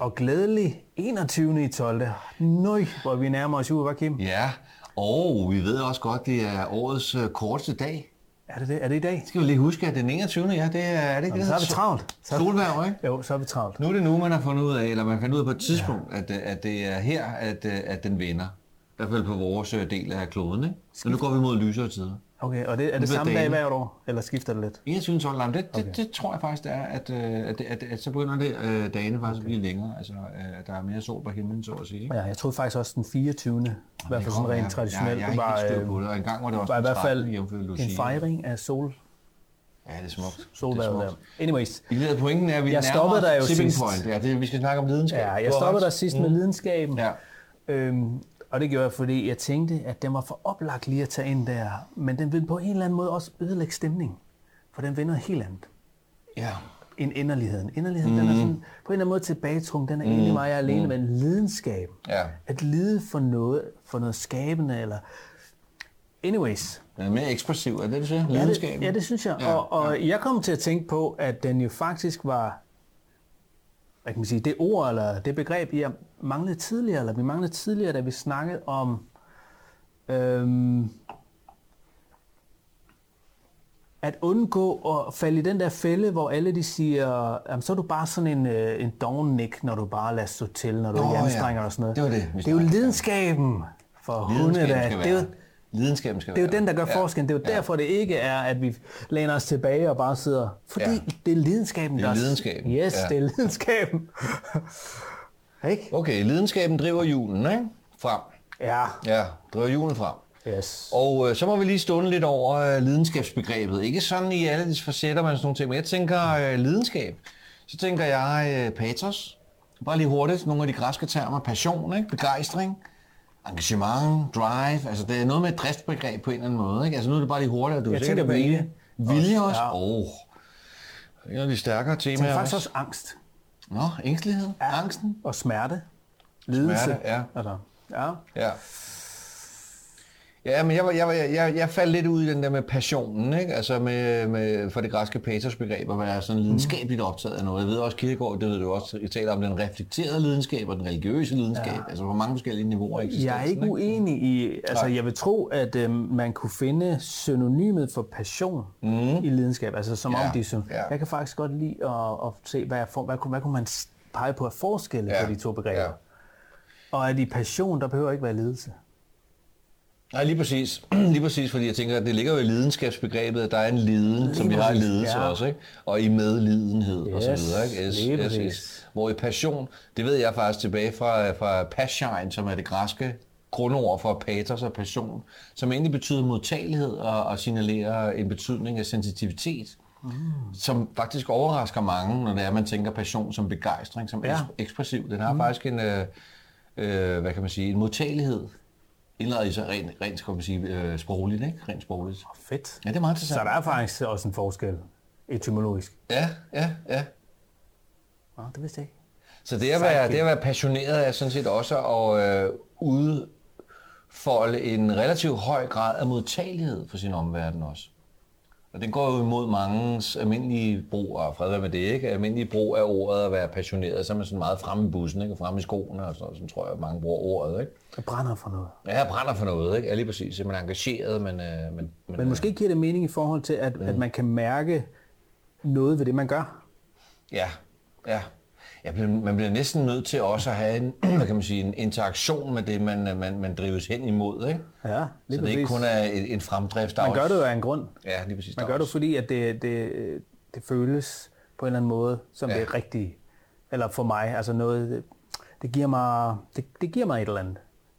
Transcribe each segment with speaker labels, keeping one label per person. Speaker 1: og glædelig 21. i 12. Nøj, hvor vi nærmer os uge, hvad Kim?
Speaker 2: Ja, og vi ved også godt, det er årets øh, korteste dag.
Speaker 1: Er det det? Er det i dag?
Speaker 2: Det skal vi lige huske, at den 21. ja, det er, er det
Speaker 1: Jamen,
Speaker 2: ikke det,
Speaker 1: så
Speaker 2: der
Speaker 1: er vi
Speaker 2: hedder?
Speaker 1: travlt. Så,
Speaker 2: Solværv, ikke?
Speaker 1: jo, så er vi travlt.
Speaker 2: Nu er det nu, man har fundet ud af, eller man fandt ud af på et tidspunkt, ja. at, øh, at det er her, at, øh, at den vender. I hvert fald på vores øh, del af kloden, ikke? Så nu går vi mod lysere tider.
Speaker 1: Okay, og det, er
Speaker 2: Nu
Speaker 1: det
Speaker 2: bliver
Speaker 1: samme dag
Speaker 2: dagen.
Speaker 1: hvert år? Eller skifter det lidt?
Speaker 2: 21. 12. Jamen, det, okay. det, det, tror jeg faktisk, det er, at, øh, at, det- at, at så begynder det, øh, dagene faktisk okay. at blive længere. Altså, øh, at der er mere sol på himlen, så at sige. Ikke?
Speaker 1: Ja, jeg troede faktisk også den 24. I hvert fald sådan
Speaker 2: Ja,
Speaker 1: rent traditionelt.
Speaker 2: Jeg, jeg, jeg
Speaker 1: var,
Speaker 2: har ikke helt styr
Speaker 1: øh,
Speaker 2: på det, og engang var det også
Speaker 1: var i
Speaker 2: den
Speaker 1: hvert
Speaker 2: 13.,
Speaker 1: fald
Speaker 2: jævnført
Speaker 1: en
Speaker 2: Lucia.
Speaker 1: fejring af sol,
Speaker 2: Ja, det er smukt.
Speaker 1: solværvet
Speaker 2: Det er
Speaker 1: der.
Speaker 2: smukt.
Speaker 1: Anyways,
Speaker 2: I leder pointen er, at vi
Speaker 1: Jeg
Speaker 2: nærmer
Speaker 1: stoppede
Speaker 2: os
Speaker 1: dig jo
Speaker 2: tipping
Speaker 1: sidst.
Speaker 2: point. Ja, det, vi skal snakke om lidenskab.
Speaker 1: ja, jeg
Speaker 2: Du har
Speaker 1: stoppede der
Speaker 2: ret.
Speaker 1: sidst med lidenskaben.
Speaker 2: Ja.
Speaker 1: Øhm, og det gjorde jeg, fordi jeg tænkte, at den var for oplagt lige at tage ind der. Men den vil på en eller anden måde også ødelægge stemningen. For den vil noget helt andet
Speaker 2: ja.
Speaker 1: end inderligheden. Inderligheden, mm. den er sådan, på en eller anden måde tilbagetrukket. Den er mm. egentlig mig alene, mm. men lidenskaben.
Speaker 2: Ja.
Speaker 1: At lide for noget, for noget skabende, eller... Anyways,
Speaker 2: Den er mere ekspressiv, er det det, du siger?
Speaker 1: Ja,
Speaker 2: Lidenskaben?
Speaker 1: det, ja, det synes jeg.
Speaker 2: Ja,
Speaker 1: Ja, og og ja. jeg kom til at tænke på, at den jo faktisk var, hvad kan man sige, det ord eller det begreb, jeg manglede tidligere, eller vi manglede tidligere, da vi snakkede om, øhm, at undgå at falde i den der fælde, hvor alle de siger, jamen, så er du bare sådan en, øh, en dovennik, når du bare lader stå til, når du
Speaker 2: Nå,
Speaker 1: er
Speaker 2: ja.
Speaker 1: jernstrænger og sådan noget.
Speaker 2: Det var det, vi
Speaker 1: det er jo
Speaker 2: snakkede om.
Speaker 1: lidenskaben for hunde,
Speaker 2: Lidenskaben
Speaker 1: der.
Speaker 2: skal
Speaker 1: Det er jo,
Speaker 2: være. Lidenskaben skal
Speaker 1: det er jo
Speaker 2: være.
Speaker 1: den, der gør
Speaker 2: Ja.
Speaker 1: forskellen. Det er jo
Speaker 2: Ja.
Speaker 1: derfor, det ikke er, at vi læner os tilbage og bare sidder. Fordi
Speaker 2: Ja.
Speaker 1: ja. det er lidenskaben,
Speaker 2: Det er
Speaker 1: der...
Speaker 2: lidenskaben.
Speaker 1: Yes,
Speaker 2: Ja.
Speaker 1: ja. det er lidenskaben. ikke?
Speaker 2: Okay, lidenskaben driver julen, ikke? Frem.
Speaker 1: Ja.
Speaker 2: Ja, driver julen frem.
Speaker 1: Yes.
Speaker 2: Og øh, så må vi lige stunde lidt over øh, lidenskabsbegrebet. Ikke sådan i alle dets facetter, men sådan nogle ting. Men jeg tænker øh, lidenskab. Så tænker jeg øh, patos. Bare lige hurtigt. Nogle af de græske termer. Passion, ikke? begejstring, engagement, drive. Altså det er noget med et driftbegreb på en eller anden måde. Ikke? Altså nu er det bare lige hurtigt. og Du er
Speaker 1: Jeg
Speaker 2: sikkert
Speaker 1: tænker
Speaker 2: på
Speaker 1: vilje.
Speaker 2: det. Vilje
Speaker 1: Også,
Speaker 2: også?
Speaker 1: ja.
Speaker 2: Åh. Oh. En af de stærkere
Speaker 1: Det er
Speaker 2: temaer
Speaker 1: faktisk
Speaker 2: også.
Speaker 1: også angst
Speaker 2: Nå, ængstelighed, angsten.
Speaker 1: og smerte. Lidelse.
Speaker 2: Smerte, ja.
Speaker 1: Altså, ja.
Speaker 2: Ja. Ja, men jeg, var- jeg, var- jeg, jeg, jeg faldt lidt ud i den der med passionen, ikke? Altså med, med, for det græske patosbegreb, at være sådan lidenskabeligt optaget af noget. Jeg ved også, Kirkegaard, det ved du også, I taler om den reflekterede lidenskab og den religiøse lidenskab. Ja. Altså på mange forskellige niveauer eksisterer.
Speaker 1: Jeg er ikke uenig i... Altså, jeg vil tro, at øh, man kunne finde synonymet for passion mm. i lidenskab. Altså, som
Speaker 2: Mhm. Ja,
Speaker 1: om de... Som,
Speaker 2: ja.
Speaker 1: Jeg kan faktisk godt lide at, at se, hvad, jeg får, hvad, kunne, hvad kunne man s- pege på af forskelle
Speaker 2: Ja,
Speaker 1: på de to begreber.
Speaker 2: ja.
Speaker 1: Ja. Og at i passion, der behøver ikke være lidelse.
Speaker 2: Nej, lige præcis. lige præcis, fordi jeg tænker, at det ligger jo i lidenskabsbegrebet, at der er en liden, lige som vi har i
Speaker 1: præcis,
Speaker 2: lidelse
Speaker 1: ja.
Speaker 2: også, ikke? Og i medlidenhed yes, og så
Speaker 1: Yes,
Speaker 2: videre, ikke?
Speaker 1: lige
Speaker 2: S, S, S.
Speaker 1: præcis.
Speaker 2: Hvor i passion, det ved jeg faktisk tilbage fra, fra passion, som er det græske grundord for patos og passion, som egentlig betyder modtagelighed og, og signalerer en betydning af sensitivitet. Mm. Som faktisk overrasker mange, når det er, man tænker passion som begejstring, som ja.
Speaker 1: Ja.
Speaker 2: ekspressiv. Den har mm. faktisk en, øh, øh, hvad kan man sige, en modtagelighed indlagt i sig rent, rent skal man sige, øh, sprogligt, ikke? Rent sprogligt.
Speaker 1: Fedt.
Speaker 2: Ja, det er meget
Speaker 1: Så
Speaker 2: interessant.
Speaker 1: der er faktisk også en forskel etymologisk.
Speaker 2: Ja, ja, ja.
Speaker 1: Nå, det vidste jeg ikke.
Speaker 2: Så det at, være, det at være passioneret er sådan set også at øh, udfolde en relativt høj grad af modtagelighed for sin omverden også. Og den går jo imod mangens almindelige brug, og fred være med det, ikke? Almindelige brug af ordet at være passioneret, så er man sådan meget fremme i bussen, ikke? Og fremme i skoene og sådan noget, som tror jeg, mange bruger ordet, ikke?
Speaker 1: Jeg brænder for noget.
Speaker 2: Ja, jeg brænder for noget, ikke? Ja, lige præcis. Så Man er engageret, men... Øh, men,
Speaker 1: Men måske giver det mening i forhold til, at, mm. at man kan mærke noget ved det, man gør.
Speaker 2: Ja, ja. ja bliver- man bliver næsten nødt til også at have en, hvad kan man sige, en interaktion med det, man, man, man drives hen imod. Ikke?
Speaker 1: Ja, lige
Speaker 2: så det ikke
Speaker 1: præcis.
Speaker 2: kun er en, en fremdrift. Der
Speaker 1: Man
Speaker 2: er
Speaker 1: gør
Speaker 2: også-
Speaker 1: det jo af en grund.
Speaker 2: Ja, lige præcis.
Speaker 1: Man
Speaker 2: der er
Speaker 1: gør det
Speaker 2: også-
Speaker 1: fordi, at det, det, det føles på en eller anden måde, som
Speaker 2: Ja.
Speaker 1: ja. det rigtige. Eller for mig, altså noget, det giver mig, det, det giver mig et eller andet.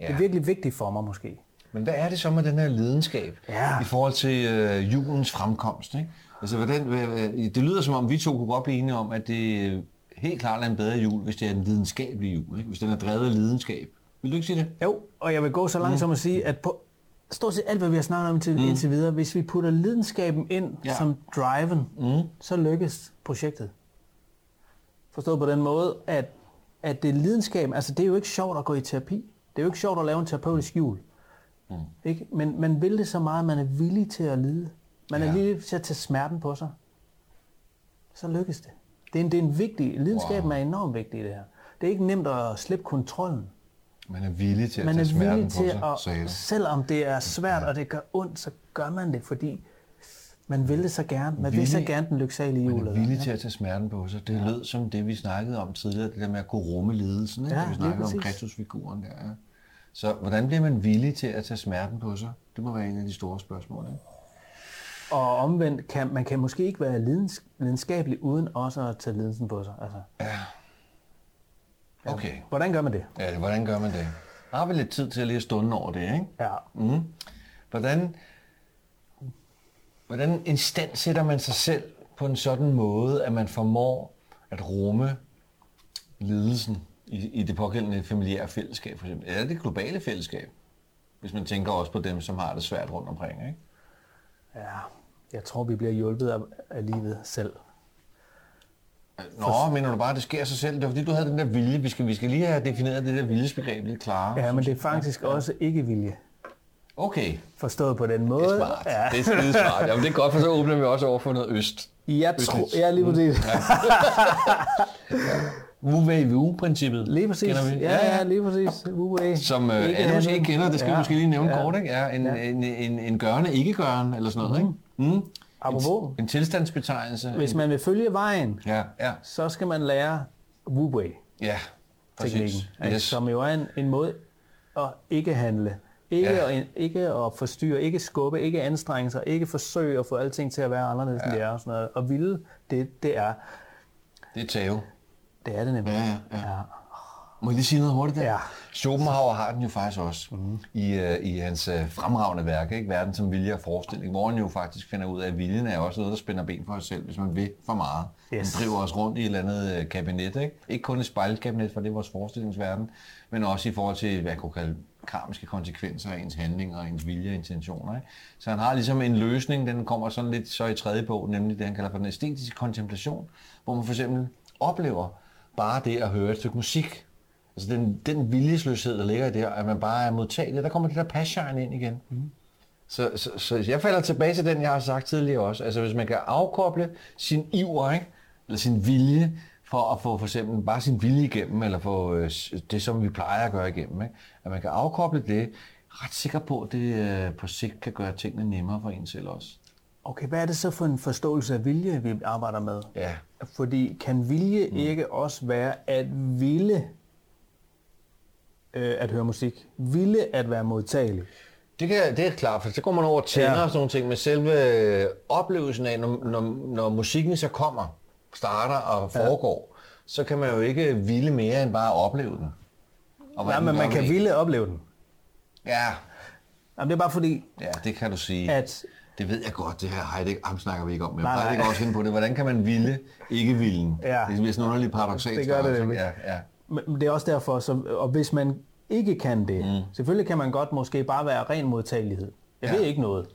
Speaker 1: Ja. Det
Speaker 2: Ja.
Speaker 1: er virkelig vigtigt for mig måske.
Speaker 2: Men hvad er det så med den her lidenskab
Speaker 1: Ja.
Speaker 2: i forhold til øh, julens fremkomst? Ikke? Altså, hvordan, hvad- hvad- det lyder som om, vi to kunne godt blive enige om, at det øh, helt klart er en bedre jul, hvis det er en lidenskabelig jul. Ikke? Hvis den er drevet af lidenskab. Vil du ikke sige det?
Speaker 1: Jo, og jeg vil gå så langt mm. som at sige, at på stort set alt, hvad vi har snakket om til, mm. indtil videre, hvis vi putter lidenskaben ind
Speaker 2: Ja.
Speaker 1: ja. som driven, mm. så lykkes projektet. Forstået på den måde, at, at det er lidenskaben, altså det er jo ikke sjovt at gå i terapi. Det er jo ikke sjovt at lave en terapeutisk jul. Mm. Ikke? Men man vil det så meget, at man er villig til at lide. Man ja.
Speaker 2: Ja.
Speaker 1: er villig til at tage smerten på sig. Så lykkes det. Det er en, det er en vigtig, lidenskaben
Speaker 2: Wow.
Speaker 1: wow. er enormt vigtig i det her. Det er ikke nemt at slippe kontrollen.
Speaker 2: Man er villig til at
Speaker 1: Man
Speaker 2: tage
Speaker 1: er
Speaker 2: smerten
Speaker 1: villig
Speaker 2: på
Speaker 1: til
Speaker 2: sig. sagde
Speaker 1: at,
Speaker 2: du.
Speaker 1: selvom det er svært, og det gør ondt, så gør man det, fordi man vil det så gerne. Man vil
Speaker 2: Villig.
Speaker 1: så gerne den lyksalige
Speaker 2: Man
Speaker 1: jul.
Speaker 2: er
Speaker 1: eller-
Speaker 2: villig til at tage smerten på sig. Det lød som det, vi snakkede om tidligere, det der med at kunne rumme lidelsen. Ikke?
Speaker 1: Ja,
Speaker 2: Ja, vi
Speaker 1: lige
Speaker 2: snakkede om
Speaker 1: præcis.
Speaker 2: Kristusfiguren der. Ja. Så hvordan bliver man villig til at tage smerten på sig? Det må være en af de store spørgsmål. Ikke?
Speaker 1: Og omvendt, kan, man kan måske ikke være lidens, lidenskabelig uden også at tage lidelsen på sig. Altså,
Speaker 2: Okay,
Speaker 1: hvordan gør man det?
Speaker 2: ja, hvordan gør man det? Har vi lidt tid til at lige stunde over det, ikke?
Speaker 1: Ja.
Speaker 2: Mm. Hvordan, hvordan instant sætter man sig selv på en sådan måde, at man formår at rumme lidelsen i, i det pågældende familiære fællesskab, for eksempel? Eller det globale fællesskab, hvis man tænker også på dem, som har det svært rundt omkring, ikke?
Speaker 1: ja. Jeg tror, vi bliver hjulpet af, af livet selv.
Speaker 2: Nå, mener du bare, at det sker sig selv? Det var fordi, du havde den der vilje. Vi skal, vi skal lige have defineret det der viljesbegreb lidt klarere.
Speaker 1: Ja, men det er faktisk også ikke vilje.
Speaker 2: Okay,
Speaker 1: Forstået på den måde.
Speaker 2: det er smart.
Speaker 1: Ja.
Speaker 2: Det er skide smart. Jamen, det er godt, for så åbner vi også over for noget øst.
Speaker 1: Jeg tror,
Speaker 2: Østligt.
Speaker 1: jeg lige præcis.
Speaker 2: Wu Wei Wu princippet
Speaker 1: Lige præcis.
Speaker 2: Kender vi?
Speaker 1: Ja, ja, lige præcis. Uwe.
Speaker 2: Som øh, alle måske ikke kender, det skal ja. vi måske lige nævne ja. kort, ikke? Ja, en,
Speaker 1: Ja.
Speaker 2: ja. En, en, en gørende ikke-gørende, eller sådan noget, ikke? Mm.
Speaker 1: Apropos.
Speaker 2: En, en tilstandsbetegnelse.
Speaker 1: Hvis man vil følge vejen,
Speaker 2: Ja, ja,
Speaker 1: så skal man lære Wu-Wei.
Speaker 2: ja.
Speaker 1: teknikken,
Speaker 2: Præcis.
Speaker 1: ikke?
Speaker 2: Yes.
Speaker 1: som jo er en, en måde at ikke handle, ikke,
Speaker 2: Ja.
Speaker 1: ja. at, ikke at forstyrre, ikke skubbe, ikke anstrenge sig, ikke forsøge at få alting til at være anderledes ja. end det er og sådan noget. Og ville det, det er.
Speaker 2: Det er tæve.
Speaker 1: Det er det nemlig.
Speaker 2: Ja, ja, ja. Må jeg lige sige noget hurtigt der?
Speaker 1: Ja.
Speaker 2: Schopenhauer har den jo faktisk også mm. i, øh, i hans øh, fremragende værk, ikke? Verden som vilje og forestilling, hvor han jo faktisk finder ud af, at viljen er også noget, der spænder ben for os selv, hvis man vil for meget.
Speaker 1: Yes.
Speaker 2: Den driver os rundt i et eller andet øh, kabinet, ikke? Ikke kun et spejlkabinet, for det er vores forestillingsverden, men også i forhold til, hvad jeg kunne kalde karmiske konsekvenser af ens handlinger, og ens vilje og intentioner. Ikke? Så han har ligesom en løsning, den kommer sådan lidt så i tredje bog, nemlig det, han kalder for den æstetiske kontemplation, hvor man for eksempel oplever bare det at høre et stykke musik, Altså den, den viljesløshed, der ligger i det, at man bare er modtagelig, der kommer det der passion ind igen. Mm. Så, så, så jeg falder tilbage til den, jeg har sagt tidligere også. Altså hvis man kan afkoble sin iver, ikke? eller sin vilje, for at få for eksempel bare sin vilje igennem, eller få øh, s- det, som vi plejer at gøre igennem. Ikke? At man kan afkoble det, ret sikker på, at det øh, på sigt kan gøre tingene nemmere for en selv også.
Speaker 1: Okay, hvad er det så for en forståelse af vilje, vi arbejder med?
Speaker 2: Ja.
Speaker 1: Fordi kan vilje mm. ikke også være at ville øh, at høre musik? Ville at være modtagelig?
Speaker 2: Det, kan, det er klart, for så går man over tænder
Speaker 1: Ja.
Speaker 2: ja. og sådan nogle ting, men selve øh, oplevelsen af, når, når, når musikken så kommer, starter og foregår, ja. så kan man jo ikke ville mere end bare at opleve den. Og hvad
Speaker 1: Nej,
Speaker 2: den
Speaker 1: men
Speaker 2: gør
Speaker 1: man kan
Speaker 2: ved en.
Speaker 1: ville opleve den.
Speaker 2: Ja,
Speaker 1: Jamen, det er bare fordi,
Speaker 2: ja, det kan du sige.
Speaker 1: at
Speaker 2: Det ved jeg godt, det her Heidegger, ham snakker vi ikke om, men
Speaker 1: Nej, nej.
Speaker 2: Heidegger er også inde på det. Hvordan kan man ville, ikke villen?
Speaker 1: Ja.
Speaker 2: Det bliver sådan en underlig paradoxal
Speaker 1: Det gør det
Speaker 2: størrelse, ikke?
Speaker 1: nemlig.
Speaker 2: Ja, ja.
Speaker 1: Men det er også derfor, så, og hvis man ikke kan det, mm. selvfølgelig kan man godt måske bare være ren modtagelighed. Jeg ja.
Speaker 2: Ja.
Speaker 1: ved ikke noget,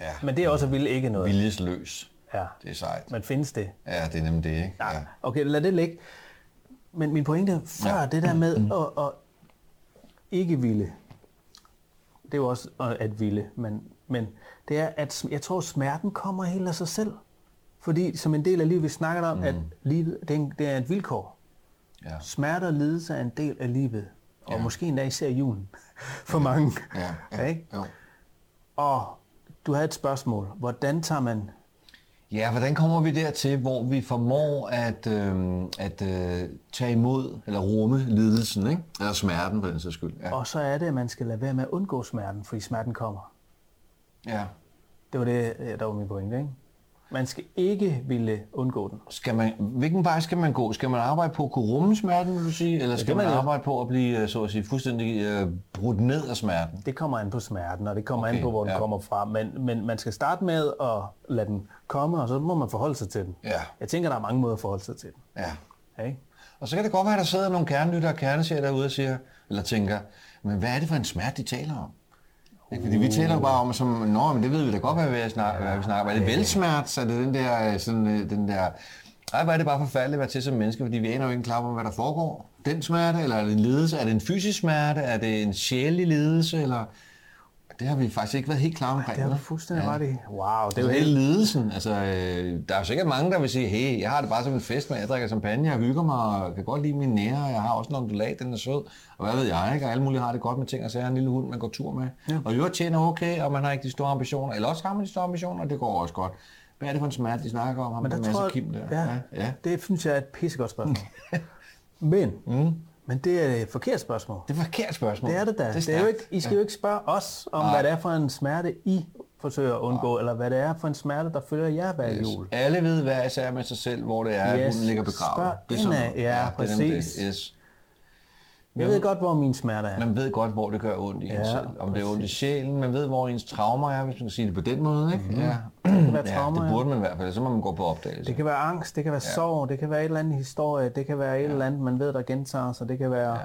Speaker 2: ja.
Speaker 1: men det er også at ville ikke noget.
Speaker 2: Viljesløs.
Speaker 1: Ja,
Speaker 2: Det er sejt.
Speaker 1: men findes det?
Speaker 2: Ja, det er nemlig det, ikke?
Speaker 1: Ja. Okay, lad det ligge. Men min pointe før, ja. Mm. det der med at, at ikke ville, det er jo også at- at ville, men, men det er, at sm- jeg tror, smerten kommer helt af sig selv. Fordi som en del af livet, vi snakker om, mm. at livet det er, en, det er et vilkår.
Speaker 2: Ja.
Speaker 1: Smerte og lidelse er en del af livet, og ja. måske endda især julen for mange.
Speaker 2: Ja, ja,
Speaker 1: Ikke?
Speaker 2: jo.
Speaker 1: Og du havde et spørgsmål. Hvordan tager man...
Speaker 2: Ja, hvordan kommer vi dertil, hvor vi formår at, øh, at øh, tage imod eller rumme lidelsen, ikke? eller smerten på den sags skyld? Ja.
Speaker 1: Og så er det, at man skal lade være med at undgå smerten, fordi smerten kommer.
Speaker 2: ja.
Speaker 1: Det var det, øh, der var min pointe, ikke? Man skal ikke ville undgå den.
Speaker 2: Skal man, hvilken vej skal man gå? Skal man arbejde på at kunne rumme smerten, vil du sige? Eller skal
Speaker 1: man
Speaker 2: man
Speaker 1: jo.
Speaker 2: arbejde på at blive øh, så at sige, fuldstændig øh, brudt ned af smerten?
Speaker 1: Det kommer an på smerten, og det kommer okay,
Speaker 2: Okay,
Speaker 1: an på, hvor den ja.
Speaker 2: ja.
Speaker 1: kommer fra. Men, men man skal starte med at lade den komme, og så må man forholde sig til den.
Speaker 2: Ja.
Speaker 1: Jeg tænker, der er mange måder at forholde sig til den.
Speaker 2: Ja.
Speaker 1: Ikke?
Speaker 2: Og så kan det godt være, at der sidder nogle kernelytter og kerneserier derude og siger, eller tænker, men hvad er det for en smerte, de taler om? Ikke, Fordi vi taler jo bare om, som, nå, men det ved vi da godt, hvad vi snakker, hvad vi snakker om. Er det velsmert? Er det den der, øh, sådan, øh, den der, ej, hvor er det bare forfærdeligt at være til som menneske, fordi vi aner jo ikke en klap om, hvad der foregår. Den smerte, eller er det en lidelse? Er det en fysisk smerte? Er det en sjælelig lidelse? Eller... Det har vi faktisk ikke været helt klar omkring.
Speaker 1: Det har du
Speaker 2: vel?
Speaker 1: fuldstændig ret i. Wow, det er jo
Speaker 2: Det er jo
Speaker 1: helt...
Speaker 2: hele lidelsen. Altså, øh, der er jo sikkert mange, der vil sige, hey, jeg har det bare som en fest, når jeg drikker champagne, jeg hygger mig, og kan godt lide mine nære, og jeg har også en ondulat, den er sød, og hvad ved jeg, ikke? Og alle mulige har det godt med ting, og så er jeg en lille hund, man går tur med, ja. og jo tjener okay, og man har ikke de store ambitioner, eller også har man de store ambitioner, og det går også godt. Hvad er det for en smerte, de snakker om? Ham
Speaker 1: Men
Speaker 2: der
Speaker 1: der
Speaker 2: masser
Speaker 1: tror jeg,
Speaker 2: Kim der.
Speaker 1: ja,
Speaker 2: ja. ja.
Speaker 1: det synes jeg er et pissegodt spørgsmål. men, mm. men det er et forkert spørgsmål.
Speaker 2: Det er et forkert spørgsmål.
Speaker 1: Det er det da.
Speaker 2: Det er,
Speaker 1: Det er jo
Speaker 2: stærkt.
Speaker 1: ikke, I skal jo ikke spørge os om, hvad det er for en smerte, I forsøger at undgå, eller hvad det er for en smerte, der følger jer hver jul.
Speaker 2: Alle ved hver især med sig selv, hvor det er, yes.
Speaker 1: Yes.
Speaker 2: hunden ligger begravet.
Speaker 1: Spørg
Speaker 2: det er sådan
Speaker 1: indad.
Speaker 2: noget.
Speaker 1: Ja,
Speaker 2: det er nemlig det.
Speaker 1: præcis.
Speaker 2: Yes.
Speaker 1: Jeg ved godt, hvor min smerte er.
Speaker 2: Man ved godt, hvor det gør ondt i ja, en
Speaker 1: Ja,
Speaker 2: selv. Om det er ondt i sjælen, man ved, hvor ens traumer er, hvis man kan sige det på den måde. Ikke? Mm-hmm. Ja.
Speaker 1: Mhm. kan være traumer,
Speaker 2: ja, det
Speaker 1: ja.
Speaker 2: burde man i hvert fald, så må man gå på opdagelse.
Speaker 1: Det kan være angst, det kan være sorg, det kan være et eller andet historie, det kan være et eller andet, man ved, der gentager sig, det kan være...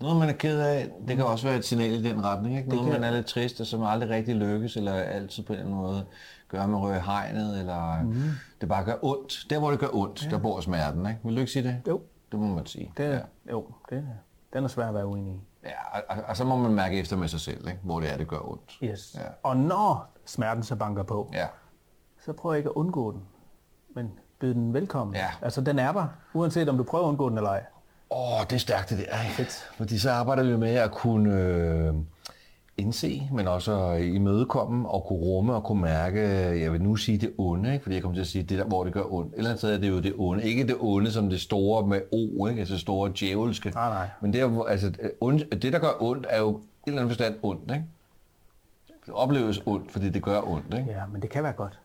Speaker 2: Noget, man er ked af, det kan også være et signal i den retning. Ikke? Noget,
Speaker 1: kan-
Speaker 2: man er lidt trist, og som aldrig rigtig lykkes, eller altid på en eller anden måde gør, at man rører i hegnet, eller
Speaker 1: Mhm.
Speaker 2: mm. det bare gør ondt. Der, hvor det gør ondt, ja. der bor smerten. Ikke? Vil du ikke sige det?
Speaker 1: Jo.
Speaker 2: Det må man sige.
Speaker 1: Det, Jo, det, den er svær at være uenig i.
Speaker 2: Ja, og, og, og så må man mærke efter med sig selv, ikke? hvor det er, det gør ondt.
Speaker 1: Yes.
Speaker 2: Ja.
Speaker 1: Og når smerten så banker på,
Speaker 2: Ja.
Speaker 1: så prøv ikke at undgå den, men byd den velkommen.
Speaker 2: Ja.
Speaker 1: Altså, den er der, uanset om du prøver at undgå den eller ej.
Speaker 2: Åh, det er stærkt det der. Ej, Fordi så arbejder vi med at kunne øh, indse, men også imødekomme og kunne rumme og kunne mærke, jeg vil nu sige det onde, ikke? fordi jeg kommer til at sige det der, hvor det gør ondt. Et eller andet sted er det jo det onde. Ikke det onde som det store med O, ikke? altså store djævelske.
Speaker 1: Nej, nej.
Speaker 2: Men det, er jo- altså, ond, det, der gør ondt, er jo i en eller anden forstand ondt. Ikke? Det opleves ondt, fordi det gør ondt. Ikke?
Speaker 1: Ja, men det kan være godt.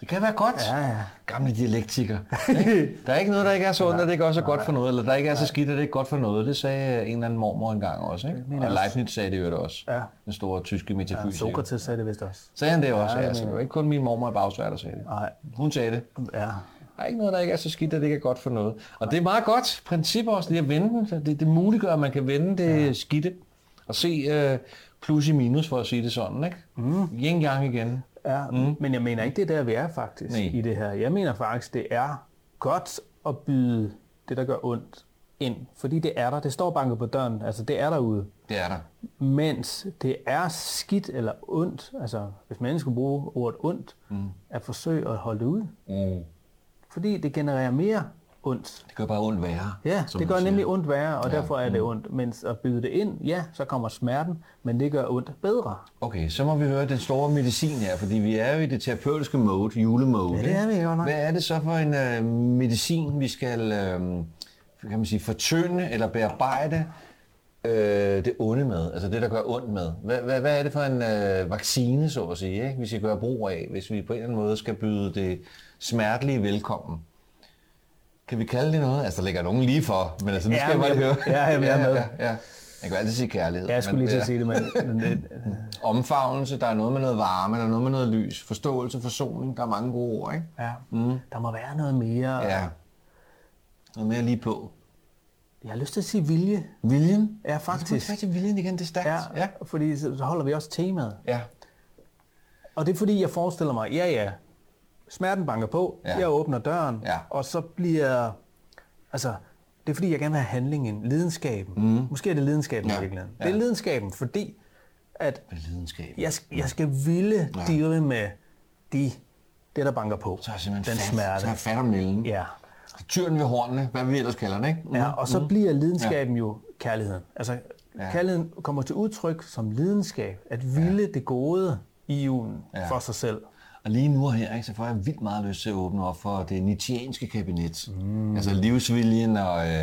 Speaker 2: Det kan være godt.
Speaker 1: Ja, ja.
Speaker 2: Gamle dialektikere. ikke? der er ikke noget, der ikke er så ondt, at det ikke også er godt for noget, eller der ikke er så skidt, at det ikke er godt for noget. Det sagde en eller anden mormor engang også, ikke? Og Leibniz sagde det jo også.
Speaker 1: Ja.
Speaker 2: Den store tyske metafysiker.
Speaker 1: Sokrates sagde det vist også.
Speaker 2: Sagde han det også? Ja, altså, det var ikke kun min mormor i bagsvær, der sagde det.
Speaker 1: Nej.
Speaker 2: Hun sagde det.
Speaker 1: Ja.
Speaker 2: Der er ikke noget, der ikke er så skidt, at det ikke er godt for noget. Og det er meget godt princip også lige at vende den. Så Det, det muliggør, at man kan vende det ja. skidte og se øh, plus i minus, for at sige det sådan. Ikke? Mm. Yin-yang igen.
Speaker 1: ja. Mm. Men jeg mener ikke, det er der, vi er faktisk
Speaker 2: Nej.
Speaker 1: i det her. Jeg mener faktisk, det er godt at byde det, der gør ondt, ind. Fordi det er der. Det står banket på døren. Altså, det er derude.
Speaker 2: Det er der.
Speaker 1: Mens det er skidt eller ondt, altså hvis man endelig skulle bruge ordet ondt, mm. at forsøge at holde det ud.
Speaker 2: Mm.
Speaker 1: Fordi det genererer mere ondt.
Speaker 2: Det gør bare ondt værre.
Speaker 1: Ja,
Speaker 2: som
Speaker 1: det
Speaker 2: man
Speaker 1: gør
Speaker 2: siger. Mm.
Speaker 1: nemlig ondt værre, og ja. derfor er det ondt. Mens at byde det ind, ja, så kommer smerten, men det gør ondt bedre.
Speaker 2: Okay, så må vi høre den store medicin her, fordi vi er jo i det terapeutiske mode, julemode.
Speaker 1: Ja, det er vi
Speaker 2: ikke?
Speaker 1: godt nok.
Speaker 2: Hvad er det så for en øh, medicin, vi skal øh, kan man sige, fortynde eller bearbejde øh, det onde med? Altså det, der gør ondt med. Hvad, hvad, hvad er det for en øh, vaccine, så at sige, ikke? vi skal gøre brug af, hvis vi på en eller anden måde skal byde det smertelige velkommen? Kan vi kalde det noget? Altså, der ligger nogen lige for, men altså, nu
Speaker 1: Ja,
Speaker 2: skal jeg bare
Speaker 1: men
Speaker 2: lige høre.
Speaker 1: jeg- ja, jamen, jeg er med.
Speaker 2: Ja, ja, ja. Jeg kan jo altid sige kærlighed.
Speaker 1: Ja, jeg skulle lige
Speaker 2: men-
Speaker 1: til
Speaker 2: ja
Speaker 1: at sige det, men, men det,
Speaker 2: omfavnelse, der er noget med noget varme, der er noget med noget lys, forståelse, forsoning, der er mange gode ord, ikke?
Speaker 1: ja, mm. der må være noget mere.
Speaker 2: Ja. Noget mere lige på.
Speaker 1: Jeg har lyst til at sige vilje.
Speaker 2: Viljen?
Speaker 1: Ja,
Speaker 2: Det er
Speaker 1: faktisk.
Speaker 2: faktisk viljen igen, det er stærkt.
Speaker 1: Ja,
Speaker 2: ja.
Speaker 1: fordi så så holder vi også temaet.
Speaker 2: ja.
Speaker 1: Og det er fordi, jeg forestiller mig, ja ja, smerten banker på,
Speaker 2: Ja.
Speaker 1: ja. jeg åbner døren,
Speaker 2: Ja.
Speaker 1: og så bliver... Altså, det er fordi, jeg gerne vil have handlingen, lidenskaben. Mm. Måske er det lidenskaben
Speaker 2: Ja.
Speaker 1: i virkeligheden.
Speaker 2: Ja.
Speaker 1: Det er lidenskaben, fordi at
Speaker 2: Med lidenskab.
Speaker 1: jeg, sk- jeg skal ville ja. deale med de, det, der banker på.
Speaker 2: Så er jeg simpelthen
Speaker 1: den
Speaker 2: fat,
Speaker 1: smerte.
Speaker 2: Så er jeg fat om nælden.
Speaker 1: Ja.
Speaker 2: Tyren ved hornene, hvad vi ellers kalder den, ikke? Mm.
Speaker 1: ja, og så bliver lidenskaben jo kærligheden. Altså, kærligheden kommer til udtryk som lidenskab, at ville det gode i julen
Speaker 2: Ja.
Speaker 1: ja. for sig selv.
Speaker 2: Og lige nu og her, ikke, så får jeg vildt meget lyst til at åbne op for det nietzscheanske kabinet. Mm. Altså livsviljen og øh,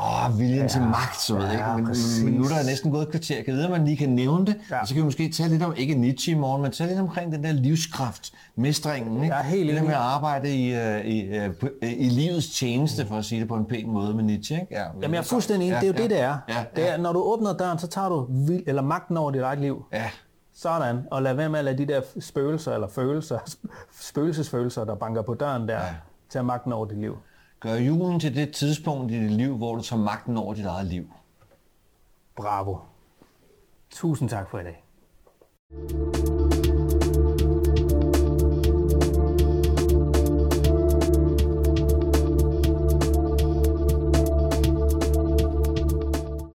Speaker 2: åh, viljen ja. til magt, så ved jeg ikke. Men,
Speaker 1: præcis.
Speaker 2: men, nu er der næsten gået et kvarter. Jeg Kan vide, om man lige kan nævne det? Ja.
Speaker 1: Ja.
Speaker 2: Og så kan vi måske tale lidt om, ikke Nietzsche i morgen, men tale lidt omkring den der livskraft, mestringen. Ikke?
Speaker 1: Jeg er helt
Speaker 2: det der
Speaker 1: enig.
Speaker 2: med at arbejde i, øh, i, øh, på- øh, i livets tjeneste, for at sige det på en pæn måde med Nietzsche. Ikke? Ja,
Speaker 1: Jamen, jeg er fuldstændig enig.
Speaker 2: Ja,
Speaker 1: Det er jo
Speaker 2: ja,
Speaker 1: det, det er.
Speaker 2: Ja,
Speaker 1: Det
Speaker 2: ja,
Speaker 1: er, når du åbner døren, så tager du vild, eller magten over dit eget liv.
Speaker 2: ja.
Speaker 1: Sådan. Og lad være med at lade de der spøgelser, eller følelser, spøgelsesfølelser, der banker på døren der, ja. tage magten over dit liv.
Speaker 2: Gør julen til det tidspunkt i dit liv, hvor du tager magten over dit eget liv.
Speaker 1: Bravo. Tusind tak for i dag.